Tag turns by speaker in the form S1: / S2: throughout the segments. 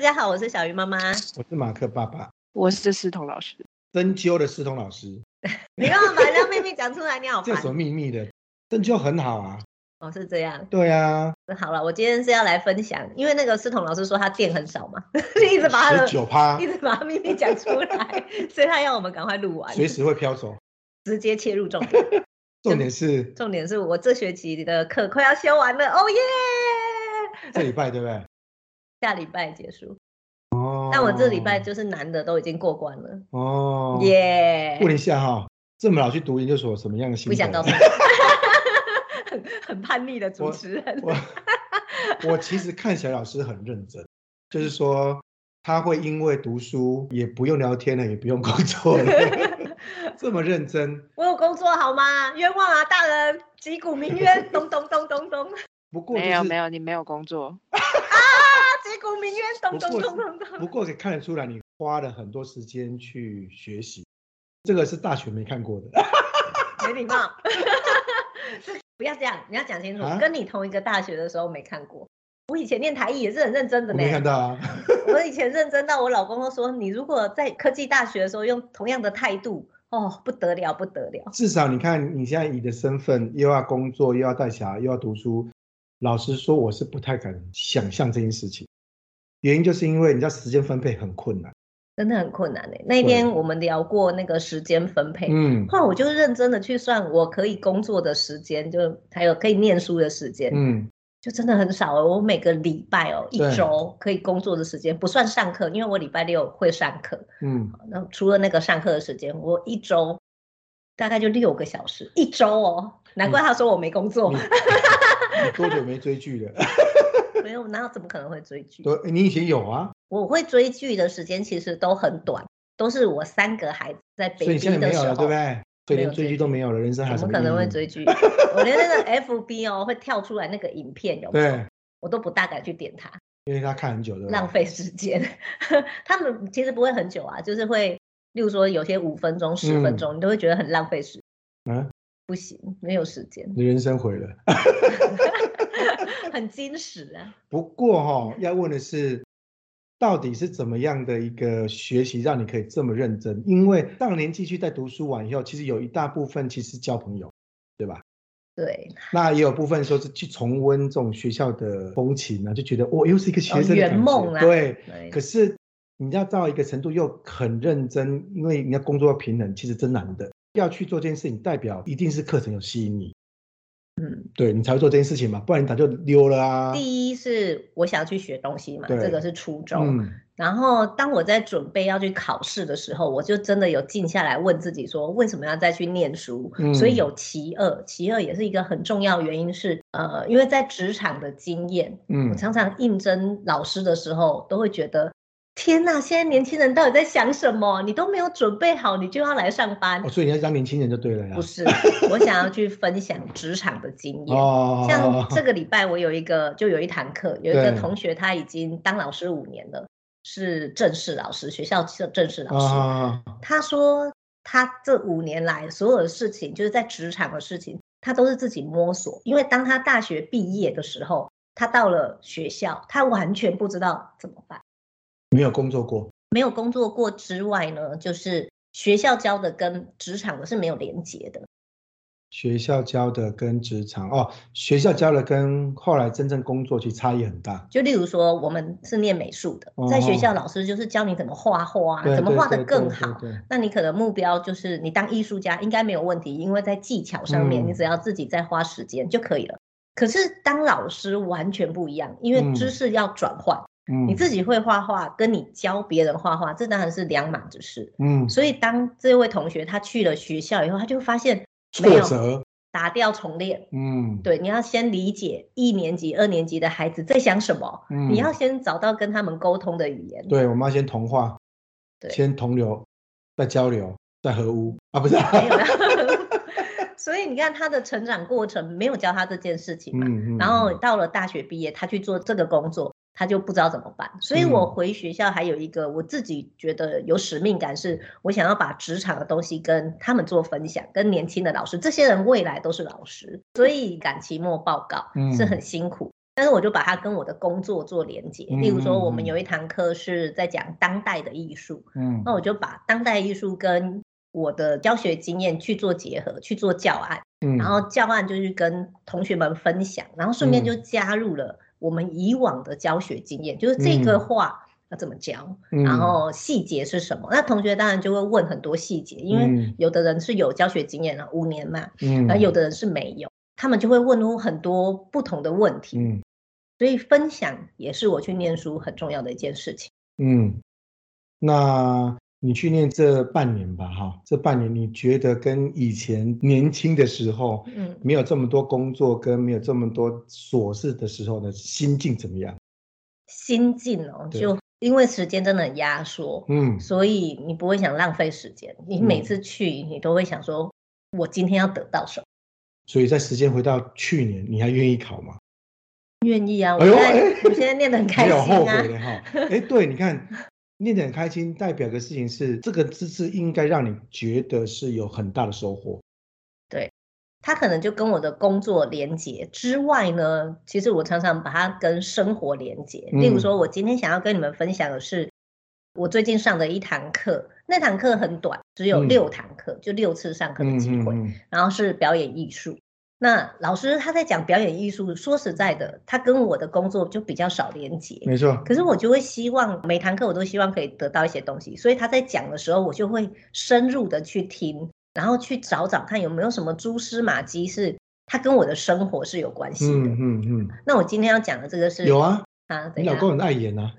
S1: 家好，我是小鱼妈 妈。
S2: 我是马克爸爸，
S3: 我是思彤老师。
S2: 针灸的思彤老师，
S1: 你干嘛把人家秘密讲出来？你好
S2: 这有
S1: 烦
S2: 什么。秘密的？针灸很好啊，
S1: 哦，是这样。
S2: 对啊，
S1: 那好了，我今天是要来分享，因为那个思彤老师说他电很少嘛， 就 一直把他
S2: 十
S1: 的
S2: 九啊 趴
S1: 一，直把他秘密讲出来，所以他要我们赶快录完，
S2: 随时会飘走。
S1: 直接切入重点。
S2: 重点是
S1: 重点是我这学期的课快要修完了，哦耶！
S2: 这礼拜对不对？
S1: 下礼拜结束，
S2: 哦，
S1: 但我这礼拜就是难的都已经过关了，
S2: 哦，
S1: 耶、
S2: 问一下哈、这么老去读研究所什么样的心
S1: 不
S2: 得？
S1: 想告诉 你，很很叛逆的主持人。
S2: 我我其实看起来老师很认真，就是说他会因为读书也不用聊天了，也不用工作 了，这么认真。
S1: 我有工作好吗？冤枉啊，大人！击鼓鸣冤，咚咚咚咚咚啊！
S2: 不过、就是、
S3: 没有没有，你没有工作，
S1: 击鼓鸣冤，咚咚咚咚
S2: 不
S1: 咚。
S2: 过也看得出来，你花了很多时间去学习，这个是大学没看过的。
S1: 没礼貌。 不要这样，你要讲清楚。
S2: 啊
S1: 跟你同一个大学的时候没看过。我以前念台艺也是很认真的
S2: 我
S1: 呢
S2: 没。看到啊，
S1: 我以前认真到我老公都说，你如果在科技大学的时候用同样的态度，哦，不得了，不得了。
S2: 至少你看你现在你的身份，又要工作，又要带小孩，又要读书。老实说，我是不太敢想象这件事情，原因就是因为你知道时间分配很困难。
S1: 真的很困难呢。那一
S2: 对
S1: 天我们聊过那个时间分配，
S2: 嗯
S1: 后来我就认真的去算我可以工作的时间，就还有可以念书的时间，
S2: 嗯，
S1: 就真的很少哦。我每个礼拜哦，一
S2: 对
S1: 周可以工作的时间不算上课，因为我礼拜六会上课。
S2: 嗯，
S1: 那除了那个上课的时间，我一周大概就六个小时，一周哦。
S2: 嗯
S1: 难怪他说我没工作
S2: 你，你多久没追剧了？
S1: 没有，那怎么可能会追剧？
S2: 对，你以前有啊，
S1: 我会追剧的时间其实都很短，都是我三个孩子在北
S2: 所以你现
S1: 京
S2: 在
S1: 的
S2: 没
S1: 时
S2: 有
S1: 候
S2: 了，，对不对？所以
S1: 没有
S2: 连追剧都没有了，人生还有什
S1: 怎
S2: 么嗯
S1: 么可能
S2: 意义
S1: 会？追剧？我连那个 FB 哦会跳出来那个影片有没有？
S2: 对，
S1: 我都不大敢去点它，
S2: 因为他看很久，对不对？
S1: 浪费时间。 他们其实不会很久啊，就是会，例如说有些五分钟、十分
S2: 嗯
S1: 钟，你都会觉得很浪费时。
S2: 嗯，
S1: 不行，没有时间，
S2: 你人生毁了。
S1: 很矜持啊。
S2: 不过哈、要问的是，到底是怎么样的一个学习让你可以这么认真？因为上了年纪去在读书完以后，其实有一大部分其实交朋友，
S1: 对，
S2: 那也有部分说是去重温这种学校的风情啊，就觉得我、哦、又是一个学
S1: 哦
S2: 生的
S1: 圆
S2: 感觉
S1: 梦啊
S2: 对，
S1: 对
S2: 可是你要到一个程度又很认真，因为你要工作要平衡，其实真难的。要去做这件事情，代表一定是课程有吸引你，
S1: 嗯，
S2: 对你才会做这件事情嘛，不然你早就溜了啊。
S1: 第一是我想去学东西嘛，
S2: 对
S1: 这个是初衷。
S2: 嗯，
S1: 然后当我在准备要去考试的时候，我就真的有静下来问自己说，为什么要再去念书？
S2: 嗯
S1: 所以有其二，其二也是一个很重要的原因是，呃，因为在职场的经验，我
S2: 嗯，
S1: 常常应征老师的时候都会觉得。天呐！现在年轻人到底在想什么？你都没有准备好，你就要来上班
S2: 哦，？所以你要当年轻人就对了呀
S1: 不。是，我想要去分享职场的经验。
S2: 啊哦，
S1: 像这个礼拜我有一个，就有一堂课，有一个
S2: 对
S1: 同学他已经当老师五年了，是正式老师，学校正正式老师。
S2: 啊，
S1: 他说他这五年来所有的事情，就是在职场的事情，他都是自己摸索。因为当他大学毕业的时候，他到了学校，他完全不知道怎么办，
S2: 没有工作过，
S1: 没有工作过之外呢，就是学校教的跟职场的是没有连接的。
S2: 学校教的跟职场哦，学校教的跟后来真正工作其实差异很大。
S1: 就例如说，我们是念美术的，在学校老师就是教你怎么画画、啊，
S2: 哦对
S1: 怎么
S2: 对
S1: 画
S2: 对
S1: 得
S2: 对
S1: 更
S2: 对
S1: 好。
S2: 对
S1: 那你可能目标就是你当艺术家应该没有问题，因为在技巧上面，
S2: 嗯
S1: 你只要自己再花时间就可以了。可是当老师完全不一样，因为
S2: 嗯
S1: 知识要转换，
S2: 嗯，
S1: 你自己会画画，跟你教别人画画，这当然是两码子事。
S2: 嗯
S1: 所以当这位同学他去了学校以后，他就发现没
S2: 挫
S1: 有
S2: 折，
S1: 打掉重练，
S2: 嗯，
S1: 对，你要先理解一年级、二年级的孩子在想什么，你
S2: 嗯
S1: 要先找到跟他们沟通的语言。
S2: 对，我们要先同化，
S1: 对
S2: 先同流，再交流，再合污啊，不是啊，
S1: 没有啦所以你看他的成长过程没有教他这件事情嘛，
S2: 嗯嗯，
S1: 然后
S2: 嗯
S1: 到了大学毕业，他去做这个工作，他就不知道怎么办。所以我
S2: 嗯
S1: 回学校还有一个我自己觉得有使命感，是我想要把职场的东西跟他们做分享，跟
S2: 嗯
S1: 年轻的老师，这些人未来都是老师，所以赶期末报告是很辛苦。但是我就把它跟我的工作做连接。
S2: 嗯
S1: 例如说，我们
S2: 嗯嗯
S1: 有一堂课是在讲当代的艺术，
S2: 嗯
S1: 那我就把当代艺术跟我的教学经验去做结合，去做教案，
S2: 嗯，嗯
S1: 然后教案就是跟同学们分享，然后顺便就加入了我们以往的教学经验，就是这个
S2: 嗯
S1: 画要怎么教，
S2: 嗯
S1: 然后细节是什么。那同学当然就会问很多细节，因为
S2: 嗯
S1: 有的人是有教学经验了五年嘛，
S2: 嗯，
S1: 那有的人是没有，他们就会问出很多不同的问题。
S2: 嗯
S1: 所以分享也是我去念书很重要的一件事情。
S2: 嗯，那你去念这半年吧，哈，这半年你觉得跟以前年轻的时候
S1: 嗯，
S2: 没有这么多工作跟没有这么多琐事的时候的心境怎么样？
S1: 心境哦，
S2: 对
S1: 就因为时间真的很压缩，
S2: 嗯
S1: 所以你不会想浪费时间。你每次去，你都会想说，我今天要得到什么？
S2: 所以在时间回到去年，你还愿意考吗？
S1: 愿意啊！我
S2: 哎呦
S1: 现在、
S2: 哎
S1: 我现在念得 很开
S2: 没有后
S1: 心啊
S2: 悔。的哈。哎，对，你看念得很开心，代表的事情是这个知识应该让你觉得是有很大的收获。
S1: 它可能就跟我的工作连接之外呢，其实我常常把它跟生活连接。例如
S2: 嗯
S1: 说，我今天想要跟你们分享的是，我最近上的一堂课，那堂课很短，只有
S2: 嗯
S1: 六堂课，就六次上课的
S2: 嗯
S1: 机
S2: 嗯
S1: 会，
S2: 嗯
S1: 然后是表演艺术。那老师他在讲表演艺术，说实在的，他跟我的工作就比较少连接。
S2: 没错。
S1: 可是我就会希望每堂课我都希望可以得到一些东西，所以他在讲的时候，我就会深入的去听，然后去找找看有没有什么蛛丝马迹是它跟我的生活是有关系的。
S2: 嗯嗯嗯，
S1: 那我今天要讲的这个是
S2: 有啊，
S1: 啊，
S2: 你
S1: 怎
S2: 老
S1: 样
S2: 公很爱演 啊。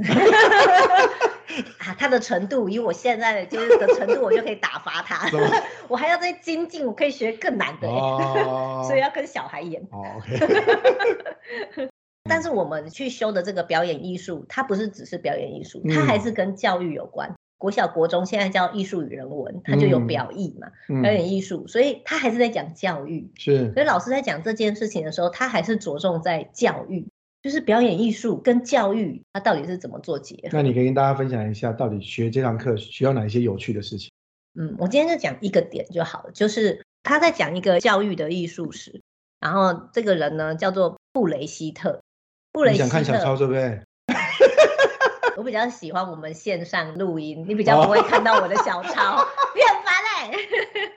S1: 啊？他的程度以我现在的就是的程度，我就可以打发 他
S2: 怎么。
S1: 我还要再精进，我可以学更 难的欸、
S2: 哦
S1: 所以要跟小孩演。
S2: 哦，OK， 嗯
S1: 但是我们去修的这个表演艺术，它不是只是表演艺术，
S2: 嗯
S1: 它还是跟教育有关。国小、国中现在叫艺术与人文，它就有表艺嘛，表
S2: 嗯，
S1: 演艺术，所以它还是在讲教育。
S2: 是
S1: 所以老师在讲这件事情的时候，他还是着重在教育，就是表演艺术跟教育，它到底是怎么做结合？
S2: 那你可以跟大家分享一下，到底学这堂课学到哪一些有趣的事情？
S1: 嗯，我今天就讲一个点就好了，就是他在讲一个教育的艺术史，然后这个人呢叫做布雷希特。布雷
S2: 你
S1: 希
S2: 想
S1: 特，
S2: 看小抄对不对？
S1: 我比较喜欢我们线上录音，你比较
S2: 哦
S1: 不会看到我的小 抄，你很烦嘞、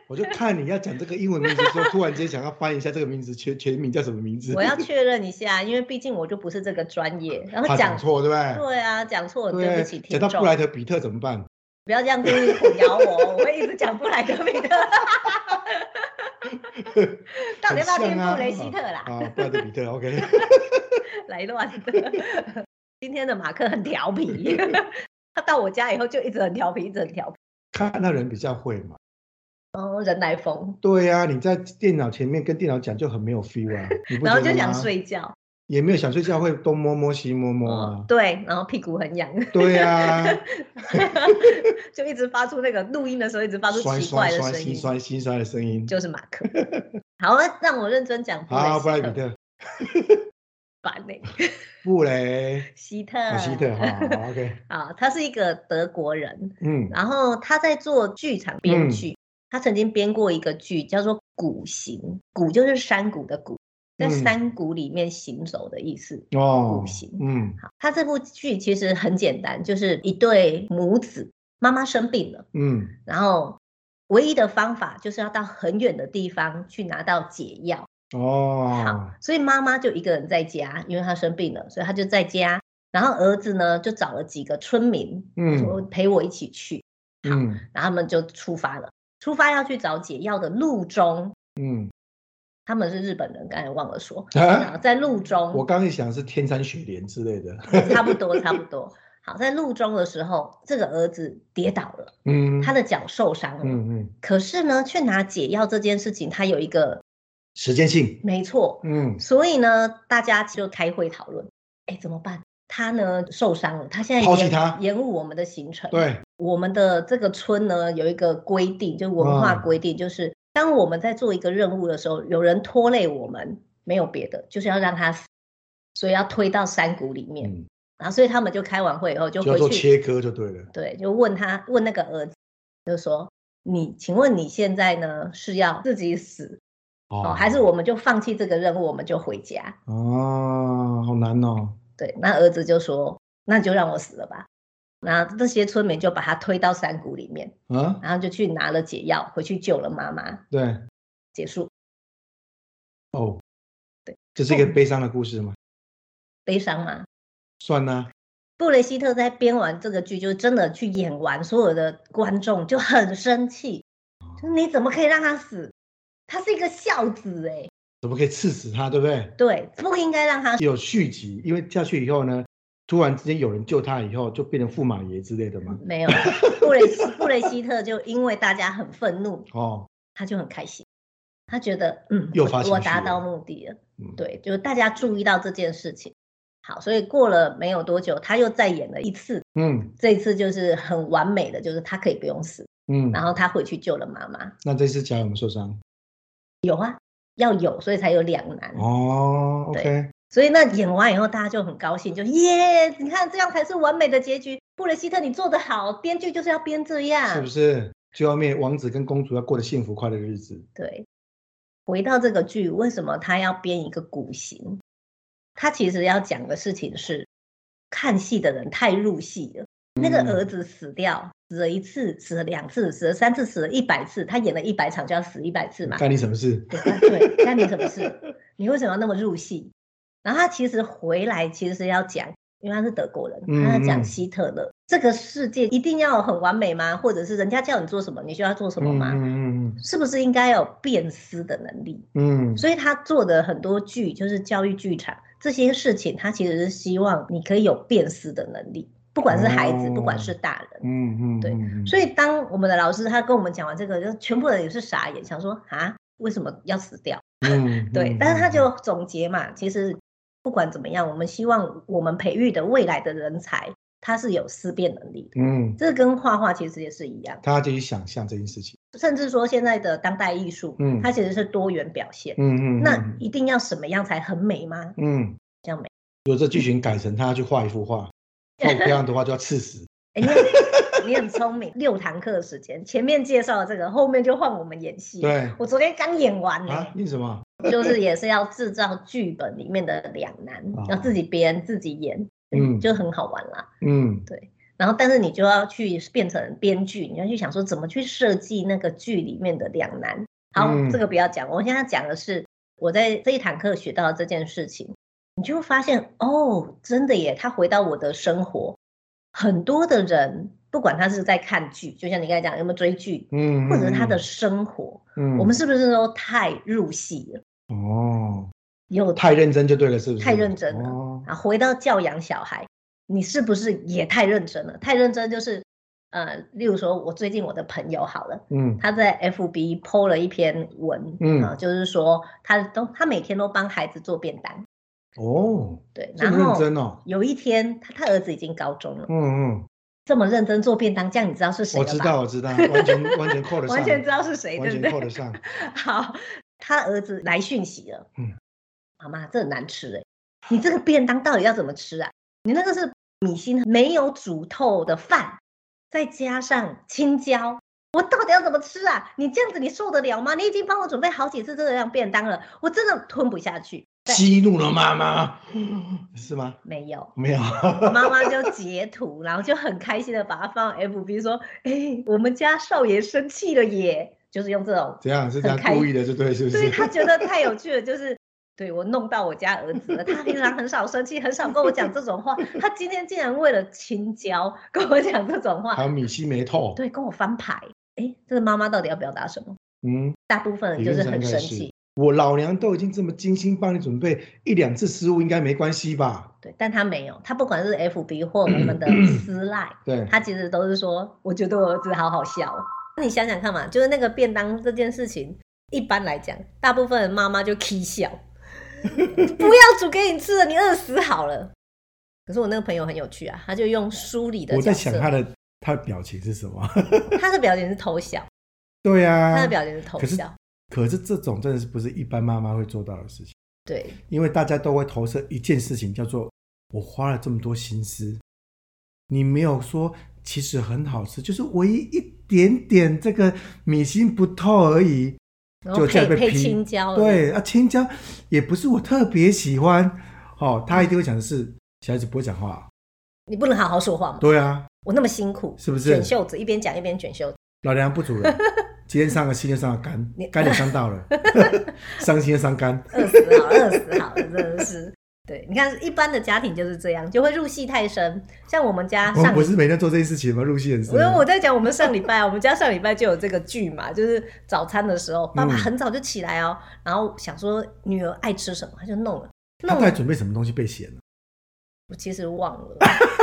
S2: 我就看你要讲这个英文名字之后，突然间想要翻一下这个名字全全名叫什么名字？
S1: 我要确认一下，因为毕竟我就不是这个专业，然
S2: 怕
S1: 后
S2: 讲
S1: 讲
S2: 错对不
S1: 对啊，讲错了
S2: 对？
S1: 对不起听
S2: 讲到
S1: 众
S2: 布，莱德比特怎么办？
S1: 不要这样故意混淆我，我会一直讲布莱德 彼特，到底要不要
S2: 很
S1: 听
S2: 像啊
S1: 布雷希特啦？
S2: 啊，布莱德比特，OK，
S1: 来乱的。 今天的马克很调皮，他到我家以后就一直很调皮，一直很调皮，
S2: 看到人比较会嘛。
S1: 哦，人来疯，
S2: 对呀、啊，你在电脑前面跟电脑讲就很没有 feel 啊，你不
S1: 然后
S2: 觉
S1: 就
S2: 得
S1: 想
S2: 吗，
S1: 睡觉，哦
S2: 也没有想睡觉，会东摸摸西摸摸啊。
S1: 对，然后屁股很痒。
S2: 对呀、啊，
S1: 就一直发出那个录音的时候一直发出
S2: 酸
S1: 奇怪
S2: 酸
S1: 的
S2: 酸
S1: 声
S2: 心
S1: 音，
S2: 酸心酸的声音。
S1: 就是马克。 好，那让我认真讲布雷
S2: 好，啊布莱
S1: 希
S2: 比
S1: 特，
S2: 特，
S1: 烦嘞，
S2: 布雷，
S1: 希
S2: 啊
S1: 特，
S2: 希特哈 好，OK，
S1: 啊，他是一个德国人，
S2: 嗯
S1: 然后他在做剧场编
S2: 嗯
S1: 剧，他曾经编过一个剧叫做《谷行》，谷就是山谷的谷，在
S2: 嗯
S1: 山谷里面行走的意思。
S2: 哦
S1: 不行，
S2: 嗯
S1: 好，他这部剧其实很简单，就是一对母子，妈妈生病了。
S2: 嗯
S1: 然后唯一的方法就是要到很远的地方去拿到解药，
S2: 哦，
S1: 所以妈妈就一个人在家，因为她生病了，所以她就在家。然后儿子呢就找了几个村民，说
S2: 嗯
S1: 陪我一起去，
S2: 嗯
S1: 然后他们就出发了。出发要去找解药的路中，
S2: 嗯，
S1: 他们是日本人，刚才忘了说，然
S2: 啊
S1: 后在路中，
S2: 我刚一想是天山雪莲之类的，
S1: 差不多差不多。好，在路中的时候，这个儿子跌倒了，
S2: 嗯，
S1: 他的脚受伤了。
S2: 嗯嗯
S1: 可是呢，去拿解药这件事情，他有一个
S2: 时间性，
S1: 没错，
S2: 嗯
S1: 所以呢，大家就开会讨论，哎，怎么办？他呢受伤了，他现在
S2: 抛弃
S1: 延
S2: 他
S1: 延误我们的行程。，
S2: 对，
S1: 我们的这个村呢有一个规定，就文化
S2: 嗯
S1: 规定，就是当我们在做一个任务的时候，有人拖累我们，没有别的，就是要让他死，所以要推到山谷里面。
S2: 嗯，
S1: 然后所以他们就开完会以后就
S2: 就要
S1: 回
S2: 做
S1: 去，
S2: 切割就对了，
S1: 对，就问他问那个儿子，就说你，请问你现在呢是要自己死，哦，
S2: 哦
S1: 还是我们就放弃这个任务，我们就回家。
S2: 哦，好难哦，
S1: 对，那儿子就说：“那就让我死了吧。”然后这些村民就把他推到山谷里面，
S2: 啊，
S1: 然后就去拿了解药，回去救了妈妈。
S2: 对，
S1: 结束，
S2: 哦，
S1: 对，
S2: 这是一个悲伤的故事吗？
S1: 悲伤吗？
S2: 算啦，
S1: 布雷希特在编完这个剧，就真的去演完，所有的观众就很生气，就是你怎么可以让他死？他是一个孝子哎、
S2: 怎么可以刺死他，对不对？
S1: 对，不应该让他
S2: 有续集，因为下去以后呢，突然之间有人救他以后，就变成驸马爷之类的嘛。
S1: 没有。布雷希布雷希特就因为大家很愤怒，
S2: 哦，
S1: 他就很开心，他觉得嗯，
S2: 诱
S1: 我
S2: 发情
S1: 我
S2: 绪
S1: 达
S2: 了
S1: 到目的了。
S2: 嗯，
S1: 对，就是大家注意到这件事情。好，所以过了没有多久，他又再演了一次，
S2: 嗯
S1: 这一次就是很完美的，就是他可以不用死，
S2: 嗯。
S1: 然后他回去救了妈妈。
S2: 那这次脚有没有受伤？
S1: 要有，所以才有两难。
S2: 哦，OK，
S1: 所以那演完以后，大家就很高兴，就耶！你看这样才是完美的结局。布雷希特，你做得好，编剧就是要编这样，
S2: 是不是？最后面王子跟公主要过得幸福快乐的日子。
S1: 对，回到这个剧，为什么他要编一个古刑？他其实要讲的事情是，看戏的人太入戏了。那个
S2: 嗯
S1: 儿子死掉，死了一次，死了两次，死了三次，死了一百次，他演了一百场就要死一百次嘛。
S2: 干你什么事？
S1: 对啊对，干你什么事？你为什么要那么入戏？然后他其实回来其实是要讲，因为他是德国人，他要
S2: 嗯嗯
S1: 讲希特勒、这个世界一定要很完美吗？或者是人家叫你做什么，你就要做什么吗？
S2: 嗯嗯
S1: 是不是应该有辨识的能力？
S2: 嗯嗯，
S1: 所以他做的很多剧就是教育剧场这些事情，他其实是希望你可以有辨识的能力，不管是孩子，不管是大人。
S2: 哦嗯嗯，
S1: 对
S2: 嗯，
S1: 所以当我们的老师他跟我们讲完这个，就全部人也是傻眼，想说啊，为什么要死掉？
S2: 嗯，
S1: 对
S2: 嗯，
S1: 但是他就总结嘛，其实不管怎么样，我们希望我们培育的未来的人才，他是有思辨能力的。
S2: 嗯，
S1: 这跟画画其实也是一样，
S2: 他要自己想象这件事情。
S1: 甚至说现在的当代艺术，
S2: 嗯
S1: 它其实是多元表现。
S2: 嗯嗯，
S1: 那
S2: 嗯
S1: 一定要什么样才很美 吗？
S2: 嗯，
S1: 这样美？
S2: 如果这剧情改成他去画一 幅画，画不漂亮的话就要刺死。
S1: 哎、你很你很聪明，六堂课的时间，前面介绍了这个，后面就换我们演戏。
S2: 对
S1: 我昨天刚演完呢、
S2: 啊，为什么？
S1: 就是也是要制造剧本里面的两难，
S2: 哦
S1: 要自己编自己演，
S2: 嗯
S1: 就很好玩啦。
S2: 嗯
S1: 然后，但是你就要去变成编剧，你要去想说怎么去设计那个剧里面的两难。好，
S2: 嗯
S1: 这个不要讲，我现在讲的是我在这一堂课学到的这件事情，你就会发现哦，真的耶，他回到我的生活，很多的人不管他是在看剧，就像你刚才讲有没有追剧，
S2: 嗯，
S1: 或者是他的
S2: 嗯，
S1: 生活，
S2: 嗯
S1: 我们是不是都太入戏了？
S2: 哦，
S1: 有
S2: 太认真就对了，是不是？
S1: 太认真了
S2: 哦
S1: 啊，回到教养小孩，你是不是也太认真了？太认真就是，呃，例如说，我最近我的朋友好了，
S2: 嗯
S1: 他在 FB PO 了一篇文，
S2: 嗯
S1: 啊，就是说他都他每天都帮孩子做便当，
S2: 哦，
S1: 对，
S2: 这
S1: 然
S2: 么认
S1: 后
S2: 真哦。
S1: 有一天他他儿子已经高中了，
S2: 嗯嗯，
S1: 这么认真做便当，这样你知道是谁
S2: 我
S1: 了吧？
S2: 知道，我知道，完全完全扣得上，
S1: 完全知道是谁，
S2: 完
S1: 对不
S2: 全
S1: 对
S2: 扣？得上。
S1: 好，他儿子来讯息了，
S2: 嗯
S1: 嗯，妈妈这很难吃哎、你这个便当到底要怎么吃啊？你那个是米心没有煮透的饭，再加上青椒，我到底要怎么吃啊？你这样子你受得了吗？你已经帮我准备好几次这样便当了，我真的吞不下去。 对
S2: 激怒了妈妈，是吗？
S1: 没有。
S2: 没有，
S1: 妈妈就截图，然后就很开心的把它放到 FB 说：“哎、我们家少爷生气了耶！”就是用这种
S2: 怎样是这样
S1: 很开
S2: 故意的，就对，是不
S1: 所以
S2: 是？
S1: 他觉得太有趣了，就是对我弄到我家儿子了。他平常很少生气，很少跟我讲这种话，他今天竟然为了青椒跟我讲这种
S2: 还
S1: 话，
S2: 有米西没透，
S1: 对，跟我翻牌。哎，这个妈妈到底要表达什么？
S2: 嗯，
S1: 大部分人
S2: 理
S1: 就
S2: 论
S1: 是
S2: 上
S1: 很
S2: 应该
S1: 生
S2: 是
S1: 气，
S2: 我老娘都已经这么精心帮你准备，一两次失误应该没关系吧？
S1: 对，但他没有，他不管是 FB 或我
S2: 嗯
S1: 们的私赖，
S2: 对，
S1: 他其实都是说，我觉得我儿子好好笑哦。那你想想看嘛，就是那个便当这件事情，一般来讲，大部分妈妈就 k 笑， 不要煮给你吃了，你饿死好了。可是我那个朋友很有趣啊，他就用梳理的
S4: 我
S1: 角
S4: 在
S1: 色，
S4: 想他的他的表情是什 么？
S1: 他的表情是偷笑，
S4: 对
S2: 啊
S4: 呀、
S1: 他的表情是偷
S4: 可是
S1: 笑，
S4: 可是这种真的是不是一般妈妈会做到的事情，
S1: 对
S4: 因为大家都会投射一件事情，叫做我花了这么多心思，你没有说其实很好吃，就是唯一一点点这个米心不透而已。
S1: 然
S2: 就
S1: 后
S2: 这
S1: 配
S2: 样被
S1: 配
S2: 批
S1: 青椒了，
S2: 对啊，青椒也不是我特别喜欢。哦，他一定会讲的是小孩子不会讲话。
S1: 你不能好好说话吗？
S2: 对啊，
S1: 我那么辛苦，
S2: 是不是
S1: 卷袖子一边讲一边卷袖子，
S2: 老娘 不主人，今天伤了，心就伤了肝
S1: 你，
S2: 肝也伤 到了，伤心又伤肝。
S1: 饿死好了，饿死好了，真的是。对，你看一般的家庭就是这样，就会入戏太深。像我们家
S2: 我们
S1: 上
S2: 不是每天做这件事情吗？入戏很深啊
S1: 因。为我在讲我们上礼拜啊，我们家上礼拜就有这个剧嘛，就是早餐的时候，爸爸
S2: 嗯
S1: 很早就起来哦，然后想说女儿爱吃什么，他就弄了。
S2: 他到底准备什么东西被嫌了？
S1: 我其实忘了，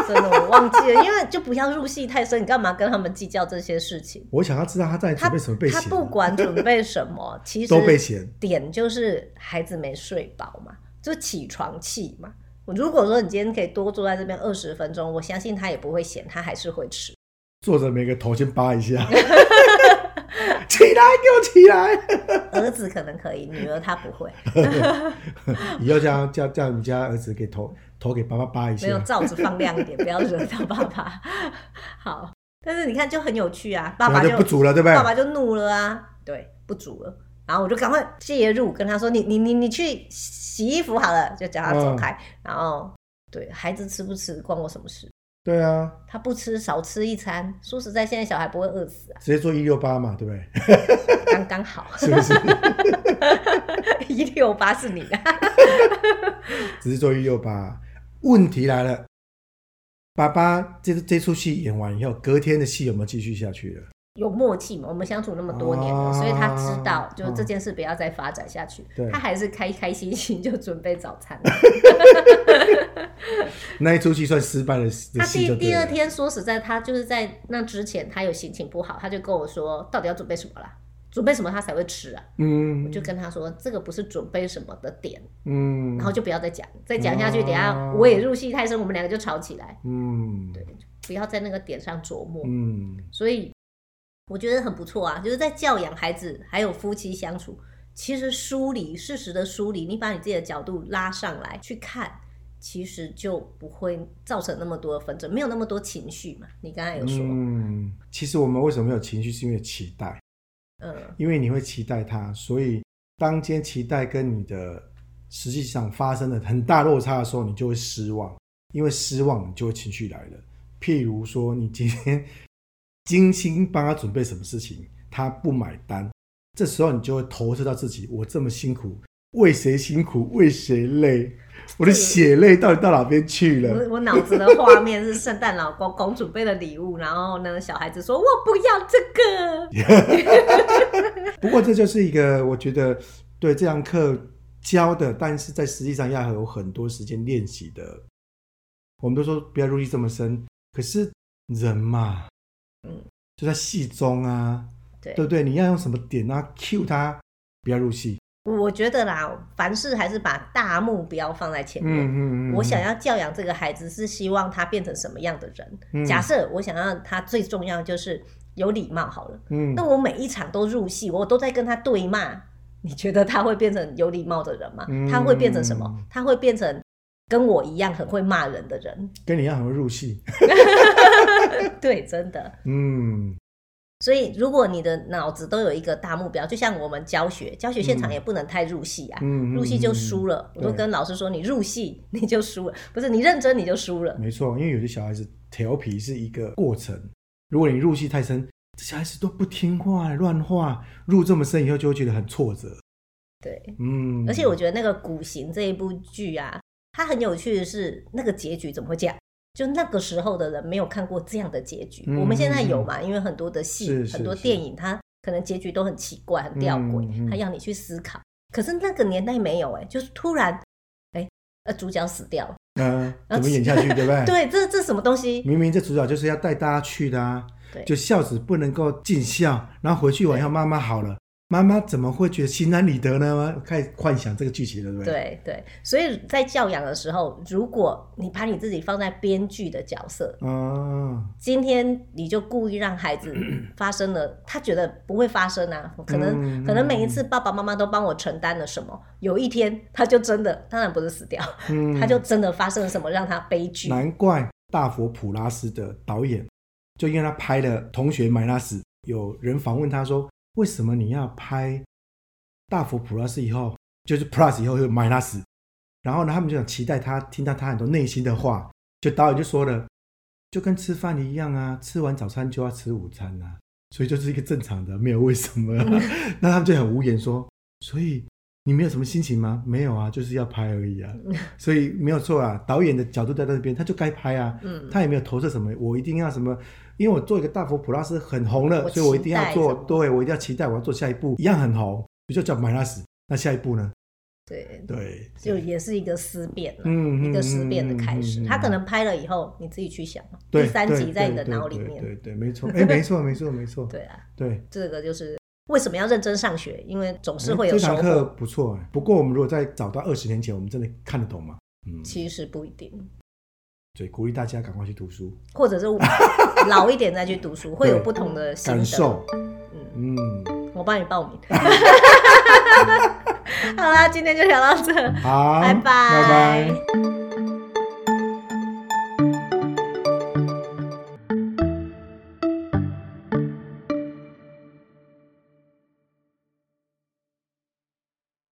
S1: 真的我忘记了，因为就不要入戏太深，你干嘛跟他们计较这些事情？
S2: 我想要知道他到底
S1: 他
S2: 准备什么被
S1: 他
S2: 嫌。
S1: 不管准备什 么，其实
S2: 都被嫌
S1: 点就是孩子没睡饱嘛，就起床气嘛。我如果说你今天可以多坐在这边二十分钟，我相信他也不会嫌，他还是会吃。
S2: 坐着每个头先扒一下， 起来，给我起来！
S1: 儿子可能可以，女儿她不会，
S2: 以后叫叫叫你家儿子给头头给爸爸扒一
S1: 没有
S2: 下。
S1: 罩子放亮一点， 不要惹到爸爸。 好，但是你看就很有趣啊，爸
S2: 然
S1: 爸
S2: 后就不足了，对不对？
S1: 爸爸就怒了啊，对，不煮了。然后我就赶快介入，跟他说：“你你你你去洗衣服好了。”就叫他走开。
S2: 嗯
S1: 然后对孩子吃不吃关我什么事？
S2: 对啊，
S1: 他不吃少吃一餐。说实在，现在小孩不会饿死啊，
S2: 直接做一六八嘛，对不对？
S1: 刚刚好。
S2: 是不是？
S1: 一六八是你的，
S2: 只是做一六八。问题来了，爸爸这这出戏演完以后，隔天的戏有没有继续下去了？
S1: 有默契嘛？我们相处那么多年了，所以他知道
S2: 啊，
S1: 就是这件事不要再发展下去。
S2: 对
S1: 他还是开开心心就准备早餐。
S2: 那一出戏算失败的的
S1: 他
S2: 戏
S1: 第
S2: 就对
S1: 第
S2: 了
S1: 二天说实在，他就是在那之前他有心情不好，他就跟我说到底要准备什么啦，准备什么他才会吃啊？
S2: 嗯，
S1: 我就跟他说这个不是准备什么的点，
S2: 嗯，
S1: 然后就不要再讲，再讲下去，
S2: 哦
S1: 等一下我也入戏太深，我们两个就吵起来，
S2: 嗯，
S1: 对，不要在那个点上琢磨。
S2: 嗯，
S1: 所以我觉得很不错啊，就是在教养孩子还有夫妻相处，其实梳理事实的梳理，你把你自己的角度拉上来去看，其实就不会造成那么多的纷争，没有那么多情绪嘛。你刚才有说，嗯
S2: 嗯，其实我们为什么有情绪，是因为期待，
S1: 嗯
S2: 因为你会期待它，所以当今天期待跟你的实际上发生了很大落差的时候，你就会失望，因为失望你就会情绪来了。譬如说，你今天精心帮他准备什么事情，他不买单，这时候你就会投射到自己，我这么辛苦，为谁辛苦，为谁累，我的血泪到底到哪边去了？
S1: 我我脑子的画面是圣诞老公公准备了礼物，然后呢，小孩子说我不要这个，
S2: 不过这就是一个我觉得对这堂课教的，但是在实际上要有很多时间练习的。我们都说不要入戏这么深，可是人嘛，
S1: 嗯，
S2: 就在戏中啊，
S1: 对
S2: 对不对？你要用什么点啊，cue 他，不要入戏。
S1: 我觉得啦，凡事还是把大目标放在前面。
S2: 嗯嗯嗯，
S1: 我想要教养这个孩子，是希望他变成什么样的人？
S2: 嗯
S1: 假设我想要他最重要就是有礼貌好了，
S2: 嗯，
S1: 那我每一场都入戏，我都在跟他对骂，你觉得他会变成有礼貌的人吗？
S2: 嗯
S1: 他会变成什么？他会变成跟我一样很会骂人的人。
S2: 跟你一样很会入戏。
S1: 对，真的。
S2: 嗯，
S1: 所以，如果你的脑子都有一个大目标，就像我们教学，教学现场也不能太入戏啊，
S2: 嗯嗯嗯嗯
S1: 入戏就输了。我都
S2: 对
S1: 跟老师说，你入戏你就输了，不是你认真你就输了。
S2: 没错，因为有些小孩子调皮是一个过程，如果你入戏太深，这小孩子都不听话、乱画，入这么深以后就会觉得很挫折。
S1: 对，
S2: 嗯，
S1: 而且我觉得那个《古行》这一部剧啊，它很有趣的是，那个结局怎么会这样？就那个时候的人没有看过这样的结局，
S2: 嗯
S1: 我们现在有嘛？因为很多的戏、
S2: 是是
S1: 很多电影，它可能结局都很奇怪、很吊诡，
S2: 嗯嗯嗯
S1: 它要你去思考。可是那个年代没有哎、就是突然哎、呃，主角死掉了，
S2: 嗯，怎么演下去，对不对？，
S1: 对，这这什么东西？
S2: 哎明明这主角就是要带大家去的啊，
S1: 对，
S2: 就孝子不能够尽孝，然后回去玩以后妈妈好了，妈妈怎么会觉得心安理得呢？开始幻想这个剧情了，对不对？
S1: 对对，所以在教养的时候，如果你把你自己放在编剧的角色，
S2: 对，啊，
S1: 今天你就故意让孩 子发生了，他觉得不会发生啊，可能、
S2: 嗯
S1: 可能每一次爸爸妈妈都帮我承担了什么，有一天他就真的，当然不是死掉，
S2: 嗯，
S1: 他就真的发生了什么让他悲剧。
S2: 难怪大佛普拉斯的导演，就因为他拍了《同学买拉斯》，有人访问他说：“为什么你要拍大幅 plus 以后，就是 plus 以后又 minus，然后呢，他们就想期待他听到他很多内心的话，就导演就说了，就跟吃饭一样啊，吃完早餐就要吃午餐啊，所以就是一个正常的，没有为什么啊、 那他们就很无言说，所以你没有什么心情吗？没有啊，就是要拍而已啊，所以没有错啊，导演的角度在那边，他就该拍啊，
S1: 嗯，
S2: 他也没有投射什么，我一定要什么，因为我做一个大佛普拉斯很红了，
S1: 我
S2: 所以我一定要
S1: 期待
S2: 做
S1: 什么，
S2: 对我一定要期待，我要做下一步一样很红，比如说叫马拉斯，那下一步呢？
S1: 对，
S2: 对，
S1: 就也是一个思辨啊
S2: 嗯
S1: 一个思辨的开始。他可
S2: 能
S1: 能拍了以后，你自己去想嘛。
S2: 嗯对
S1: 第三
S2: 对
S1: 集在你的
S2: 对
S1: 脑里
S2: 对
S1: 面。
S2: 对对，没错，哎，没错，没错，没错，
S1: 对啊，
S2: 对，
S1: 这个就是为什么要认真上学，因为总是会
S2: 哎
S1: 有
S2: 这
S1: 收
S2: 堂课
S1: 获。
S2: 不错哎，不过我们如果再找到二十年前，我们真的看得懂吗？嗯，
S1: 其实不一定，
S2: 所以鼓励大家赶快去读书，
S1: 或者是老一点再去读书，会有不同的心得
S2: 感受，
S1: 嗯，
S2: 嗯，
S1: 我帮你报 名。好啦，今天就聊到这，
S2: 好，
S1: 拜
S2: 拜拜。